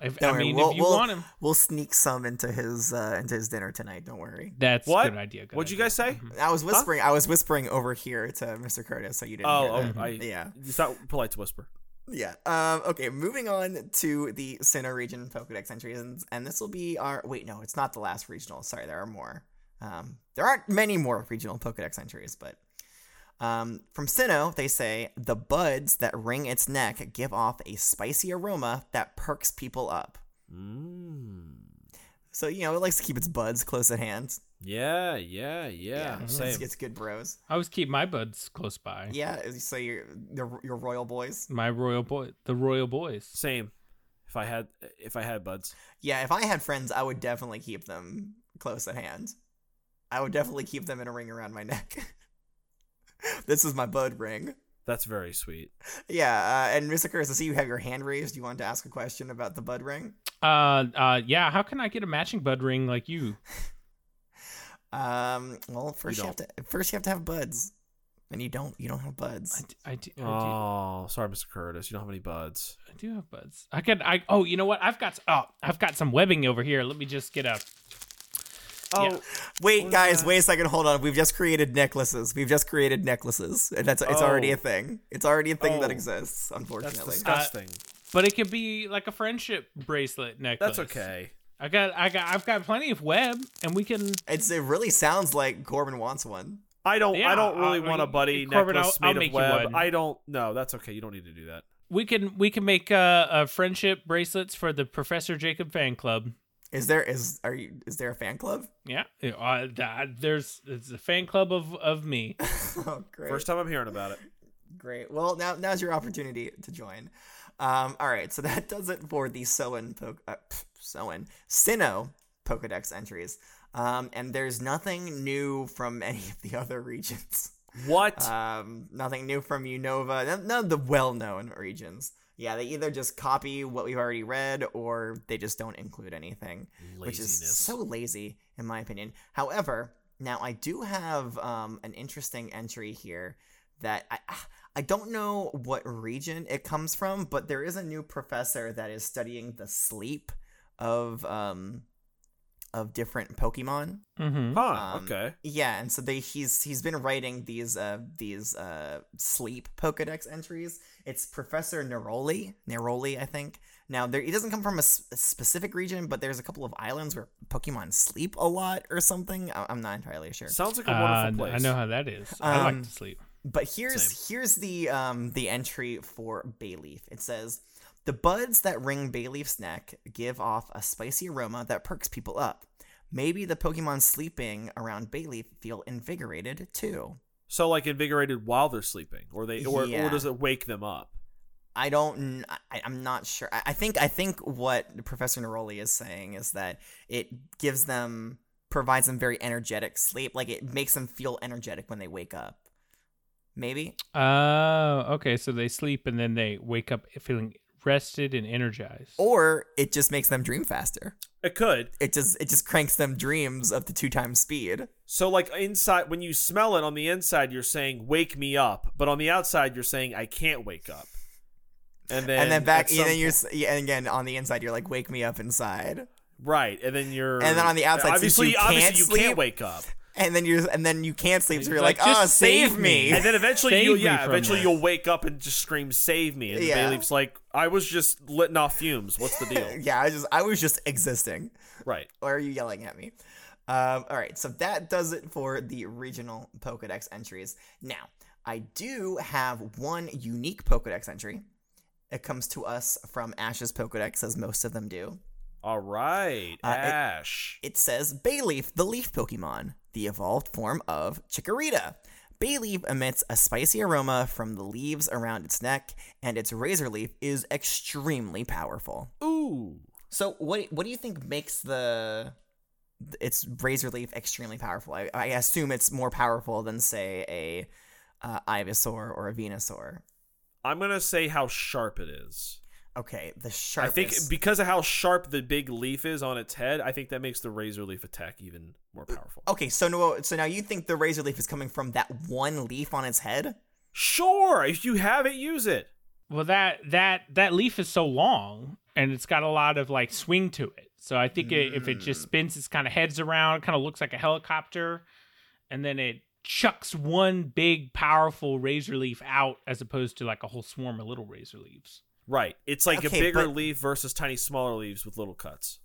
If, Don't I worry, mean, we'll- if you we'll- want him, we'll sneak some into his uh, into his dinner tonight. Don't worry. that's a What? good idea. good What'd you idea. guys say? I was whispering. I was whispering over here to Mr. Curtis, so you didn't. Oh, hear that. oh, I, yeah, It's not polite to whisper. yeah. Um, okay, moving on to the Sinnoh region Pokedex entries, and, and this will be our. Wait, no, it's not the last regional. Sorry, there are more. Um, there aren't many more regional Pokedex entries, but Um, from Sinnoh, they say the buds that ring its neck give off a spicy aroma that perks people up. Mm. So you know it likes to keep its buds close at hand. Yeah, yeah, yeah. it's, Same. it's good bros. I always keep my buds close by. Yeah, so you're your your royal boys. My royal boy, the royal boys. Same. If I had if I had buds. Yeah, if I had friends, I would definitely keep them close at hand. I would definitely keep them in a ring around my neck. this is my bud ring. That's very sweet. Yeah, uh, and Mr. Curtis, I see you have your hand raised. You wanted to ask a question about the bud ring? Uh, uh, yeah. How can I get a matching bud ring like you? Um. Well, first you, have to first you have to have buds, and you don't. You don't have I, buds. d- I d- I do. Oh, sorry, Mr. Curtis. You don't have any buds. I do have buds. I could. I oh, you know what? I've got. Oh, I've got some webbing over here. Let me just get a. Oh, Yeah. Wait, guys, wait a second. Hold on. We've just created necklaces. We've just created necklaces, and that's it's already a Oh. thing. It's already a thing that Oh. exists. that's Unfortunately, disgusting. But it could be like a friendship bracelet necklace. that's okay. I got. I got. I've got plenty of web, and we can. it's it really sounds like Corbin wants one. I don't. I Yeah, don't really I want a mean, buddy Corbin, necklace I'll- I'll made make of you web. one. I don't. No, that's okay. You don't need to do that. We can. We can make uh, uh friendship bracelets for the Professor Jacob fan club. Is there is are you is there a fan club? Yeah, yeah, uh, th- there's it's a fan club of of me. Oh, great. First time I'm hearing about it. Great. Well, now now's your opportunity to join. Um, all right, so that does it for the Soen po- uh, pff, Soen Sinnoh Pokedex entries. Um, and there's nothing new from any of the other regions. What? Uh, Um, nothing new from Unova. None- None of the well-known regions. Yeah, they either just copy what we've already read, or they just don't include anything, which is Laziness. so lazy, in my opinion. However, now I do have um, an interesting entry here that I ah, I don't know what region it comes from, but there is a new professor that is studying the sleep of um of different Pokemon. Mm-hmm. huh. um, okay. Yeah, and so they he's he's been writing these uh these uh sleep Pokedex entries. It's Professor Neroli, Neroli, I think. Now there he doesn't come from a, s- a specific region, but there's a couple of islands where Pokemon sleep a lot or something. I- I'm not entirely sure. Sounds like a Uh, wonderful I place. know how that is. I like Um, to sleep. But here's here's the um the entry for Bayleaf. It says the buds that ring Bayleaf's neck give off a spicy aroma that perks people up. Maybe the Pokemon sleeping around Bayleaf feel invigorated too. So like invigorated while they're sleeping, or they, or, Yeah. or does it wake them up? I don't. kn- I, am not sure. I, I think. I think what Professor Neroli is saying is that it gives them, provides them very energetic sleep. Like it makes them feel energetic when they wake up. Maybe. Oh, okay. So they sleep and then they wake up feeling rested and energized. Or it just makes them dream faster. It could. It just it just cranks them dreams up to two times speed. So like inside, when you smell it on the inside, you're saying "wake me up," but on the outside, you're saying "I can't wake up." And then And, then back. at And some then you're. s- Yeah, and again on the inside, you're like, wake me up inside. Right, and then you're, And then on the outside, since obviously, you obviously can't you sleep- can't wake up, And then you're. And then you can't sleep. So you're like, Like, oh, just save save me. me." and then eventually, Save you'll, me yeah, from eventually this. you'll wake up and just scream "save me," and Yeah. the bailiff's like, "I was just letting off fumes. What's the deal?" yeah, I just I was just existing. right. Or are you yelling at me? Um, all right, so that does it for the regional Pokedex entries. Now, I do have one unique Pokedex entry. It comes to us from Ash's Pokedex, as most of them do. All right, Uh, it- Ash. It says Bayleaf, the leaf Pokemon, the evolved form of Chikorita. Bayleaf emits a spicy aroma from the leaves around its neck, and its razor leaf is extremely powerful. Ooh, So what what do you think makes the its razor leaf extremely powerful? I, I assume it's more powerful than say a uh, Ivysaur or a Venusaur. I'm gonna say how sharp it is. Okay, the I sharpest. think because of how sharp the big leaf is on its head, I think that makes the razor leaf attack even more powerful. okay, so no, so now you think the razor leaf is coming from that one leaf on its head? Sure, if you have it, use it. Well, that that that leaf is so long and it's got a lot of like swing to it. So I think it, if it Mm. just spins its kind of heads around, it kind of looks like a helicopter, and then it chucks one big powerful razor leaf out as opposed to like a whole swarm of little razor leaves. Right, it's like Okay, a bigger but- leaf versus tiny, smaller leaves with little cuts.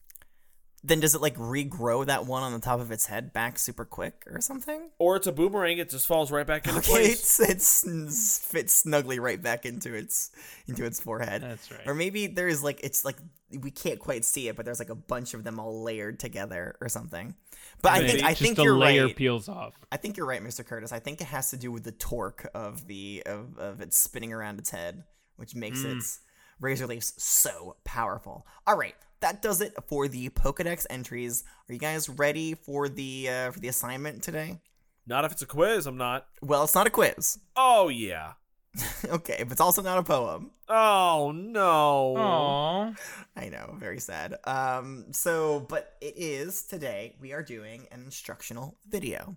Then does it like regrow that one on the top of its head back super quick or something? Or it's a boomerang; it just falls right back into Okay, place. it's it's fits snugly right back into its into its forehead. That's right. Or maybe there's like it's like we can't quite see it, but there's like a bunch of them all layered together or something. But I Maybe think I just think the you're layer right. peels off. I think you're right, Mr. Curtis. I think it has to do with the torque of the of, of it spinning around its head, which makes Hmm. its razor leaves so powerful. All right, that does it for the Pokedex entries. Are you guys ready for the uh, for the assignment today? Not if it's a quiz, I'm not. Well, it's not a quiz, Oh yeah. okay, but it's also not a poem. Oh no. Aww. I know, very sad. Um, so, but it is today we are doing an instructional video.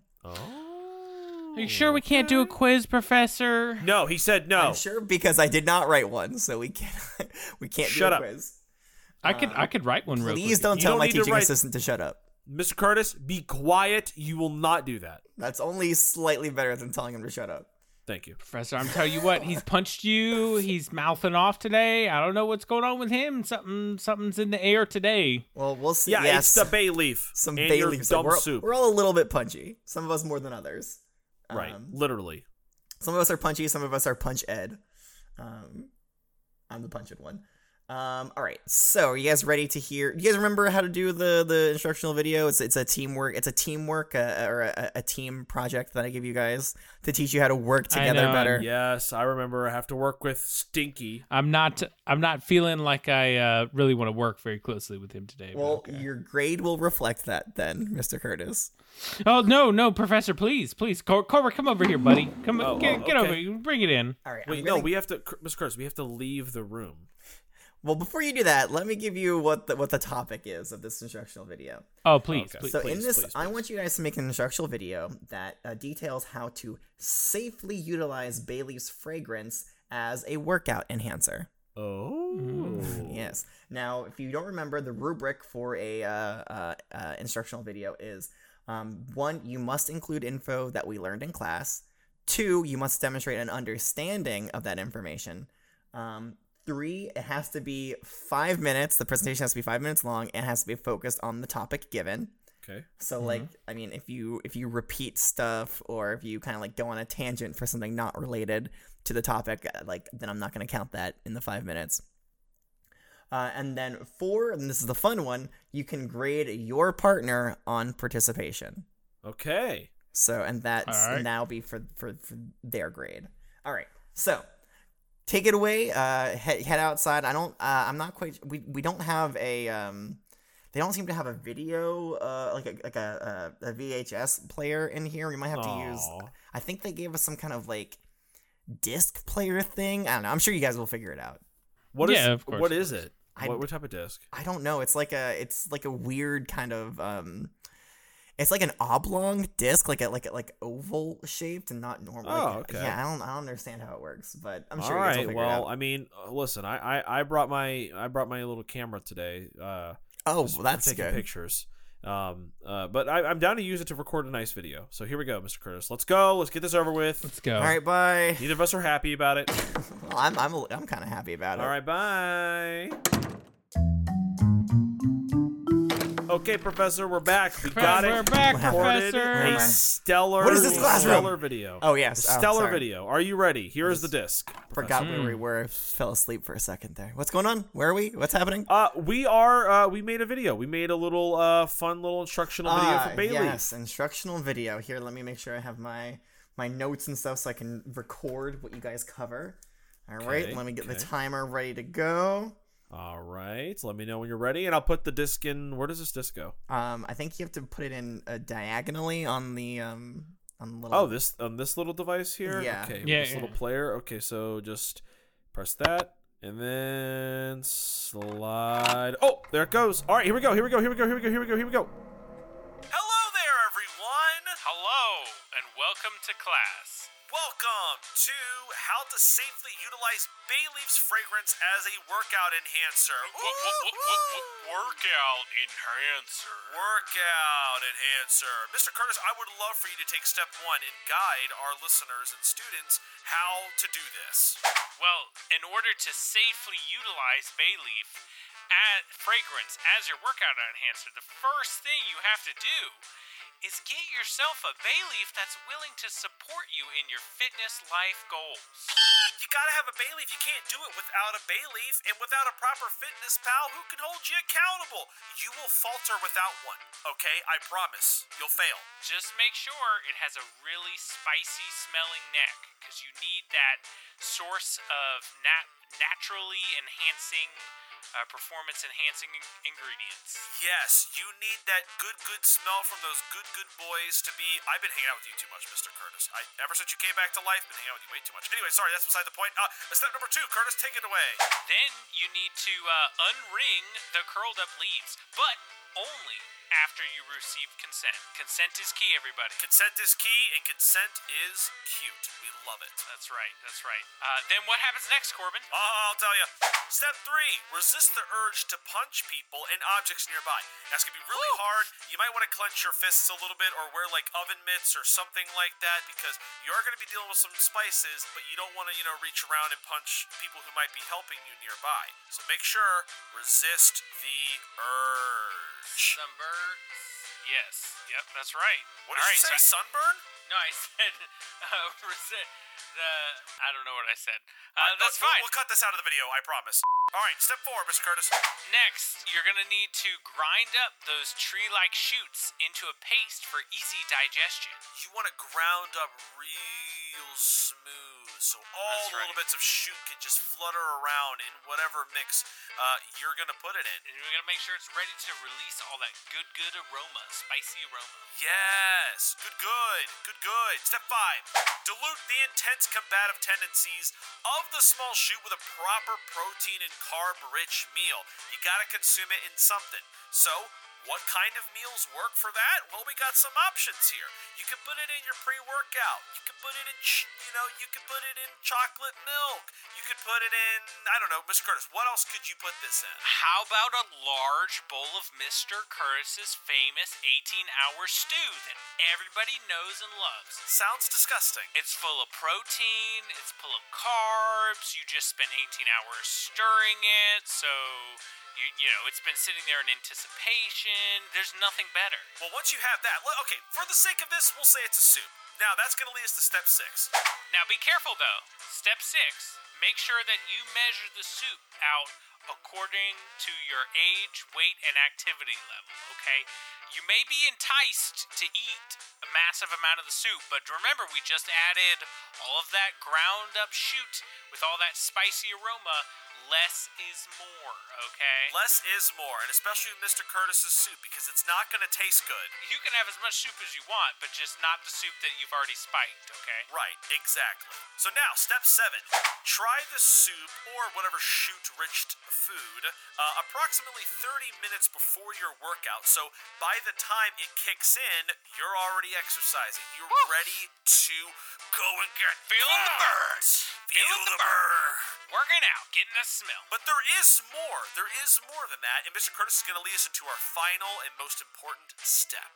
Oh. Are you sure we can't do a quiz, Professor? No, he said no. I'm sure because I did not write one, so we can't we can't Shut do a up. quiz. I could I could write one real quick. Please don't You tell don't my need to teaching write- assistant to shut up. Mr. Curtis, be quiet. You will not do that. That's only slightly better than telling him to shut up. Thank you. Professor, I'm telling you what, he's punched you. He's mouthing off today. I don't know what's going on with him. Something, something's in the air today. Well, we'll see. Yeah, yes, it's the bay leaf. some and bay your leaves. Dumb we're, soup. we're all a little bit punchy. Some of us more than others. right. Um, Literally. Some of us are punchy, some of us are punch ed. Um, I'm the punched one. Um, all right. So, are you guys ready to hear? You guys remember how to do the the instructional video? It's it's a teamwork. It's a teamwork uh, or a, a team project that I give you guys to teach you how to work I together know, better. Yes, I remember. I have to work with Stinky. I'm not. I'm not feeling like I uh, really want to work very closely with him today. but Well, okay. your grade will reflect that then, Mr. Curtis. oh no, no, Professor, please, please, Cor- Corver, come over here, buddy. Come, Oh, get, oh, get okay. over, here. bring it in. All right. I'm Wait, no, gonna- we have to, Cur- Miss Curtis. We have to leave the room. Well, before you do that, let me give you what the, what the topic is of this instructional video. Oh, please, Okay. please. so in please, this, please, I want you guys to make an instructional video that uh, details how to safely utilize Bailey's fragrance as a workout enhancer. Oh, Mm-hmm. Yes. Now, if you don't remember, the rubric for a uh, uh, uh, instructional video is um, one, you must include info that we learned in class. Two, you must demonstrate an understanding of that information. Um, three, it has to be five minutes. The presentation has to be five minutes long and has to be focused on the topic given. Okay. So like I mean if you if you repeat stuff or if you kind of like go on a tangent for something not related to the topic uh, like then I'm not going to count that in the 5 minutes. Uh, and then four, and this is the fun one. You can grade your partner on participation. Okay. So, and that's All right. now be for, for for their grade. All right. So, take it away. Uh, head, head outside. I don't. Uh, I'm not quite. We we don't have a. Um, they don't seem to have a video, uh, like a like a, uh, a, a VHS player in here. We might have to use. Aw. I think they gave us some kind of like disc player thing. I don't know. I'm sure you guys will figure it out. What is? Yeah, of course, what of is course. it? I- what, what type of disc? I don't know. It's like a it's like a weird kind of um it's like an oblong disc, like a like a like oval shaped and not normal. like- uh, Oh, okay. Yeah, I don't I don't understand how it works, but I'm All sure you guys will right. figure Well, it out. I mean, uh, listen, I, I I brought my I brought my little camera today. Uh, Oh, well, just for that's taking good. pictures. Um, uh, but I, I'm down to use it to record a nice video. So here we go, Mr. Curtis. Let's go. Let's get this over with. Let's go. All right, bye. Neither of us are happy about it. Well, I'm I'm a- I'm kind of happy about it. All right, bye. Okay, Professor, we're back. We got it. We're back, Recorded Professor. A stellar, What is this a classroom? stellar video. Oh, yes. A Oh, stellar sorry. video. Hmm. Are you ready? Here is the disc. Forgot where we were. Fell asleep for a second there. What's going on? Where are we? What's happening? Uh, we are. Uh, we made a video. We made a little uh, fun little instructional video Ah, for Bailey. Yes, instructional video. Here, let me make sure I have my my notes and stuff so I can record what you guys cover. All right, Okay, let me get the okay. timer ready to go. All right. Let me know when you're ready, and I'll put the disc in. Where does this disc go? Um, I think you have to put it in uh, diagonally on the um on the little. Oh, this on this little device here. Yeah. Okay. Yeah, This little yeah. player. Okay. So just press that, and then slide. Oh, there it goes. All right. Here we go. Here we go. Here we go. Here we go. Here we go. Here we go. Hello there, everyone. Hello and welcome to class. Welcome to how to safely utilize bay leaves fragrance as a workout enhancer. Workout enhancer. Workout enhancer. Mr. Curtis, I would love for you to take step one and guide our listeners and students how to do this. Well, in order to safely utilize bay leaf at fragrance as your workout enhancer, the first thing you have to do is get yourself a bay leaf that's willing to support you in your fitness life goals. You gotta have a bay leaf. You can't do it without a bay leaf and without a proper fitness pal who can hold you accountable. You will falter without one, okay? I promise. You'll fail. Just make sure it has a really spicy smelling neck because you need that source of nat- naturally enhancing, uh, performance enhancing in- ingredients. Yes, you need that good, good smell from those good, good boys to be. I've been hanging out with you too much, Mr. Curtis. I, ever since you came back to life, been hanging out with you way too much. Anyway, sorry, that's beside the point. Uh, step number two, Curtis, take it away. Then you need to uh, unring the curled up leaves, but only after you receive consent. Consent is key, everybody. Consent is key, and consent is cute. We love it. That's right, that's right. Uh, then what happens next, Corbin? Oh, I'll tell you. Step three: resist the urge to punch people and objects nearby. That's gonna be really hard. You might want to clench your fists a little bit, or wear like oven mitts or something like that, because you're gonna be dealing with some spices. But you don't want to, you know, reach around and punch people who might be helping you nearby. So make sure resist the urge. Sunburn. Yes, yep, that's right. What did All you right, say? so- sunburn? no, I said uh, resist the. I don't know what I said. Uh, that's Look, we'll- fine. We'll cut this out of the video. I promise. All right, step four, Mr. Curtis. Next, you're gonna need to grind up those tree-like shoots into a paste for easy digestion. You want to ground up real smooth, so all That's the little right. bits of shoot can just flutter around in whatever mix uh, you're gonna put it in. And we're gonna make sure it's ready to release all that good, good aroma, spicy aroma. Yes, good, good, good, good. Step five: dilute the intense combative tendencies of the small shoot with a proper protein and carb-rich meal. You gotta consume it in something. So. What kind of meals work for that? Well, we got some options here. You can put it in your pre-workout. You can put it in, ch- you know, you can put it in chocolate milk. You could put it in, I don't know, Miss Curtis. What else could you put this in? How about a large bowl of Mr. Curtis's famous 18-hour stew that everybody knows and loves? Sounds disgusting. It's full of protein, it's full of carbs, you just spent 18 hours stirring it, so you, you know, it's been sitting there in anticipation. There's nothing better. Well, once you have that, le- okay, for the sake of this, we'll say it's a soup. Now, that's going to lead us to step six. Now be careful though. Step 6, make sure that you measure the soup out according to your age, weight, and activity level, okay? You may be enticed to eat a massive amount of the soup, but remember we just added all of that ground up shoot with all that spicy aroma. Less is more, okay? Less is more, and especially with Mr. Curtis's soup, because it's not going to taste good. You can have as much soup as you want, but just not the soup that you've already spiked, okay? Right, exactly. So now, step seven. Try the soup or whatever shoot rich food uh, approximately 30 minutes before your workout. So by the time it kicks in, you're already exercising. You're ready to go and get Feeling the burn. Feel, the, burn. Working out, getting the smell. But there is more. There is more than that. And Mr. Curtis is going to lead us into our final and most important step.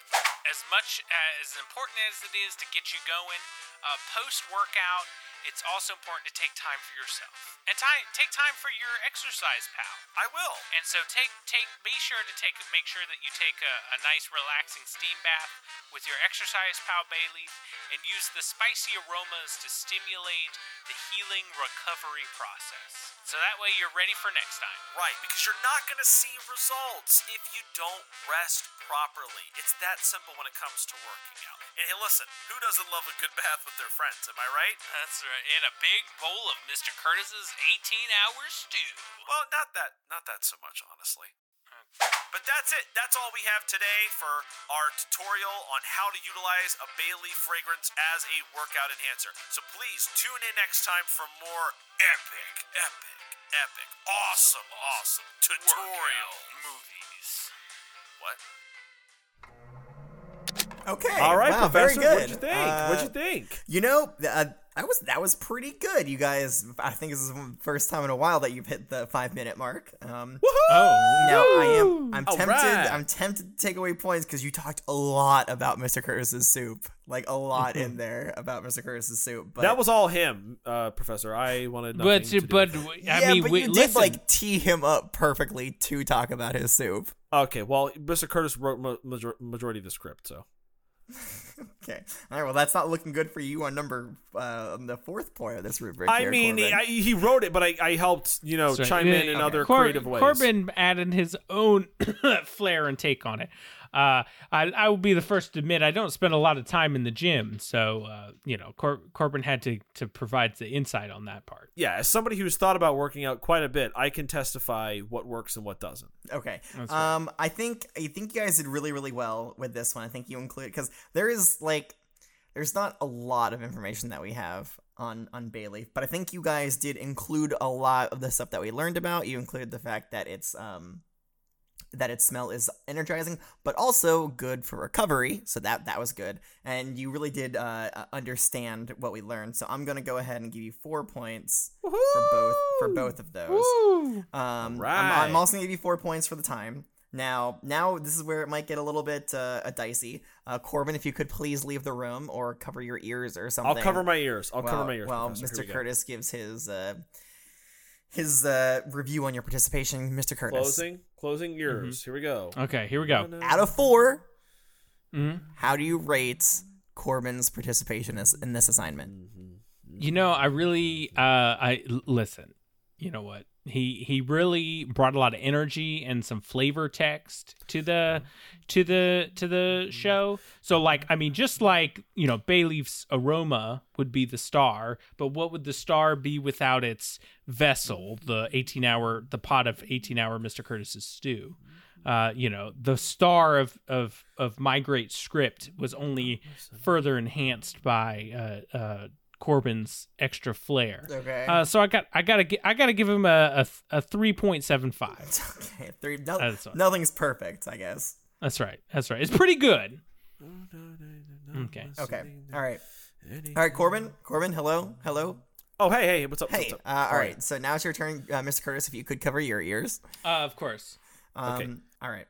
as much uh, as important as it is to get you going uh, post workout it's also important to take time for yourself and time take time for your exercise pal I will. and so take take be sure to take make sure that you take a, a nice relaxing steam bath with your exercise pal bay leaf and use the spicy aromas to stimulate the healing recovery process so that way you're ready for next time Right, because you're not going to see results if you don't rest properly. It's that simple when it comes to working out. And hey, listen, who doesn't love a good bath with their friends? Am I right? that's right in a big bowl of mr curtis's 18 hour stew Well, not that, not that so much, honestly. But that's it. That's all we have today for our tutorial on how to utilize a Bailey fragrance as a workout enhancer. So please tune in next time for more epic, epic, epic, awesome, awesome tutorial movies. What? Okay. All right, wow, Professor. Very good. What'd you think? Uh, what'd you think? You know, uh, I was that was pretty good, you guys. I think this is the first time in a while that you've hit the five minute mark. Um, Oh, now I am I'm All tempted right. I'm tempted to take away points because you talked a lot about Mr. Curtis's soup, like a lot in there about Mr. Curtis's soup. But That was all him, uh, Professor. I wanted nothing but to do but with it. I yeah, mean, but we, you listen. did like tee him up perfectly to talk about his soup. okay. Well, Mr. Curtis wrote ma- major- majority of the script, so Okay, all right. Well, that's not looking good for you on number uh, on the fourth point of this rubric. I here, mean, Corbin. I, he wrote it, but I, I helped you know So- chime in in okay. other Cor- creative ways. Corbin added his own flair and take on it. Uh, I, I will be the first to admit I don't spend a lot of time in the gym, so uh, you know Cor- Corbin had to to provide the insight on that part. yeah, as somebody who's thought about working out quite a bit, I can testify what works and what doesn't. Okay. Um, I think I think you guys did really really well with this one. I think you include because there is like there's not a lot of information that we have on on Bayleaf, but I think you guys did include a lot of the stuff that we learned about. You included the fact that it's um that its smell is energizing, but also good for recovery. So that that was good, and you really did uh, uh, understand what we learned. So I'm gonna go ahead and give you four points for both for both of those. Um, I'm, Alright. I'm also gonna give you four points for the time. Now, now this is where it might get a little bit uh, dicey. Uh, Corbin, if you could please leave the room or cover your ears or something. I'll cover my ears. I'll well, cover my ears. Well, Professor. Here Mr. we go. Curtis gives his uh, his uh, review on your participation. Mr. Curtis, Closing, closing ears. Here we go. Okay, Mm-hmm. Oh, here we go. out of 4 Mhm. how do you rate Corbin's participation as, in this assignment? You know, I really uh, I l- listen. You know what? He he really brought a lot of energy and some flavor text to the to the to the show. So like I mean just like, you know, bay leaf's aroma would be the star, but what would the star be without its vessel, the 18-hour the pot of 18-hour Mr. Curtis's stew? Uh, you know, the star of of of my great script was only further enhanced by uh, uh, Corbin's extra flair. Okay. Uh, so I got I gotta gi- I gotta give him a a, a three point seven five. Okay, three. No, That's fine. nothing's perfect, I guess. That's right. That's right. It's pretty good. Okay. Okay. All right. All right, Corbin. Corbin, hello, hello. Oh, hey, hey, what's up? Hey. What's Uh, up? all right. So now it's your turn, uh, Mr. Curtis. If you could cover your ears. Uh, of course. Um, Okay. All right.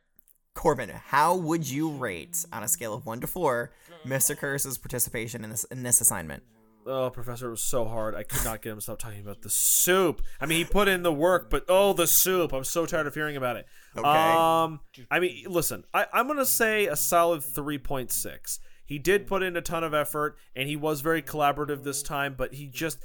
Corbin, how would you rate on a scale of one to four Mr. Curtis's participation in this in this assignment? Oh, Professor, it was so hard. I could not get him to stop talking about the soup. I mean, he put in the work, but oh, the soup. I'm so tired of hearing about it. Okay. Um, I mean, listen, I, I'm going to say a solid 3.6. He did put in a ton of effort, and he was very collaborative this time, but he just,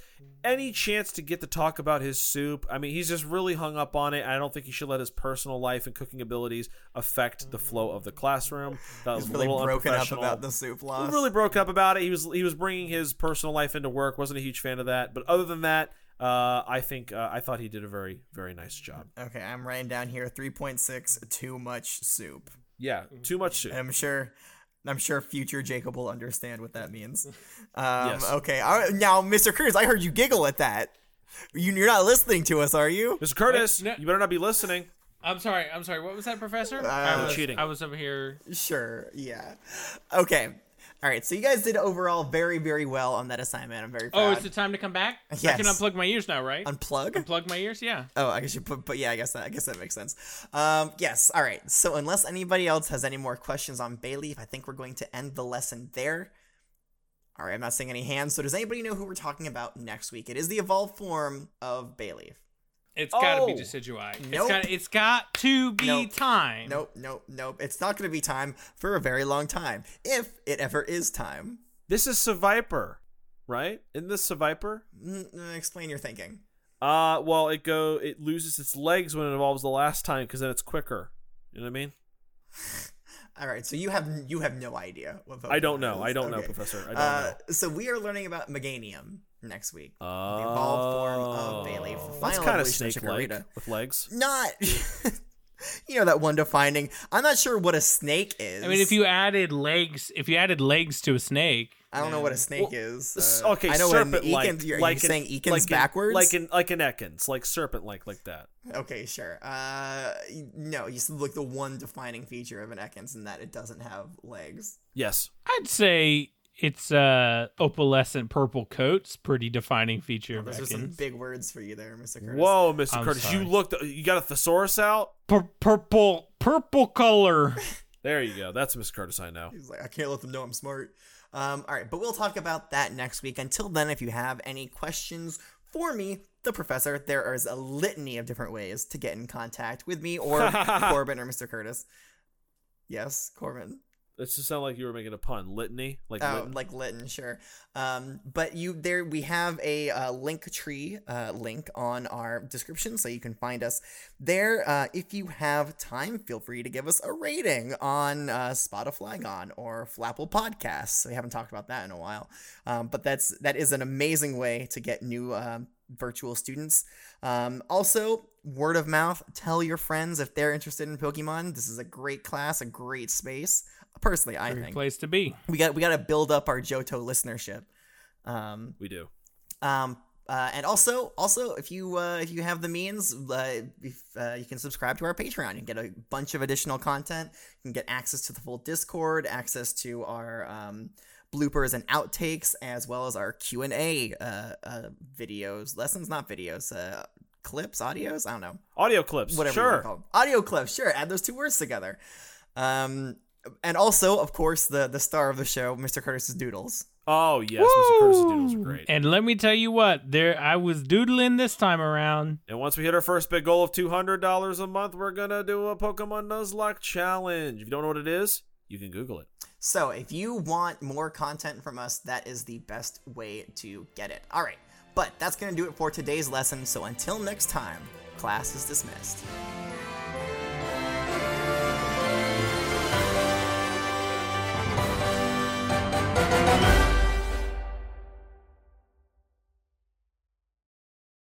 any chance to get to talk about his soup, I mean, he's just really hung up on it. I don't think he should let his personal life and cooking abilities affect the flow of the classroom. That was He's a really little broken up unprofessional about the soup loss. really broke up about it. He was he was bringing his personal life into work. wasn't a huge fan of that. But other than that, uh, I think uh, I thought he did a very very nice job. Okay, I'm writing down here 3.6. Too much soup. Yeah, Mm-hmm. too much soup. I'm sure. I'm sure future Jacob will understand what that means. Um, Yes. Okay. All right, now, Mr. Curtis, I heard you giggle at that. You, you're not listening to us, are you? Mr. Curtis, Wait, no- you better not be listening. I'm sorry. I'm sorry. What was that, Professor? Uh, I was cheating. I was over here. Sure. Yeah. Okay. All right. So you guys did overall very, very well on that assignment. I'm very proud. Oh, is it time to come back? I can Uh, Yes. unplug my ears now, right? unplug. Plug my ears. Yeah. Oh, I guess you put, but yeah, I guess that, I guess that makes sense. Um, yes, all right. So unless anybody else has any more questions on Bayleaf, I think we're going to end the lesson there. All right, I'm not seeing any hands. So does anybody know who we're talking about next week? It is the evolved form of Bayleaf. It's gotta be Oh. decidui. Nope. It's got it's got to be Nope. time. Nope, nope, nope. It's not going to be time for a very long time, if it ever is time. This is Survivor, right? Isn't this Survivor? Mm, uh, explain your thinking. Uh, well, it go it loses its legs when it evolves the last time because then it's quicker. You know what I mean? All right, so you have you have no idea what Pokemon I don't know. is. I don't know, Okay. Professor. I don't Uh, know. so we are learning about Meganium next week. Oh, the evolved form of Bailey. That's Final kind of evolution of snake-like Chikorita. with legs. Not, you know, that one defining. I'm not sure what a snake is. I mean, if you added legs, if you added legs to a snake, I don't know what a snake Well, is. S- uh, okay, I know serpent what an like, Eekins, you're, like you're an- saying Eakins like an- backwards. like an like an Ekans, like serpent like like that. okay, sure. Uh, no, you s- look the one defining feature of an Ekans in that it doesn't have legs. Yes, I'd say it's uh opalescent purple coats, pretty defining feature of Those are some Ekans. big words for you there, Mr. Curtis. Whoa, mister I'm Curtis, sorry. you looked. You got a thesaurus out. Pur- purple purple color. There you go. That's Mr. Curtis I know. He's like, I can't let them know I'm smart. Um, all right, but we'll talk about that next week. Until then, if you have any questions for me, the professor, there is a litany of different ways to get in contact with me or Corbin or Mr. Curtis. Yes, Corbin. It just sounded like you were making a pun. Litany, like Oh, lit- like Litton, sure. Um, but you there, we have a uh, link tree uh, link on our description, so you can find us there. Uh, if you have time, feel free to give us a rating on uh, Spotify on or Flapple Podcasts. We haven't talked about that in a while, um, but that's that is an amazing way to get new um, virtual students. Um, also, word of mouth, tell your friends if they're interested in Pokemon. This is a great class, a great space. Personally, I Great think place to be. we got we got to build up our Johto listenership. Um, we do. um, uh, and also, also, if you uh, if you have the means, uh, if, uh, you can subscribe to our Patreon. You can get a bunch of additional content. You can get access to the full Discord, access to our um, bloopers and outtakes, as well as our Q and A uh, uh, videos, lessons, not videos, uh, clips, audios. I don't know Audio clips. whatever you want to sure. call them. Audio clips, sure. Add those two words together. Um, and also, of course, the the star of the show, Mr. Curtis's doodles. Oh yes, Mr. Curtis' doodles were great. And let me tell you what, there I was doodling this time around. And once we hit our first big goal of two hundred dollars a month, we're gonna do a Pokemon Nuzlocke challenge. If you don't know what it is, you can Google it. So, if you want more content from us, that is the best way to get it. All right, but that's gonna do it for today's lesson. So, until next time, Class is dismissed.